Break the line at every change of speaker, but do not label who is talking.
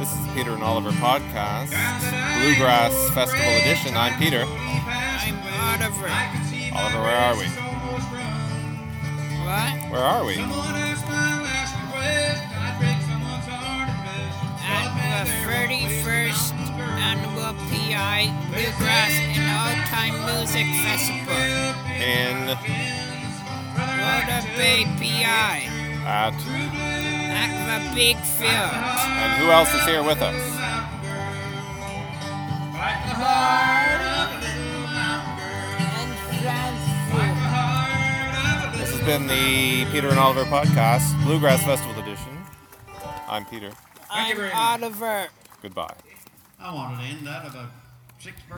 This is Peter and Oliver podcast, Bluegrass Festival Edition. I'm Peter.
I'm Oliver.
Oliver, where are we?
What?
Where are we?
At the 31st annual PI Bluegrass and All Time Music Festival,
In
Water Bay PI,
at
at the big field.
and who else is here with us?
And Frankfurt.
This has been the Peter and Oliver podcast, Bluegrass Festival Edition. I'm Peter.
I'm
very much.
Oliver.
Goodbye.
I wanted to end that about six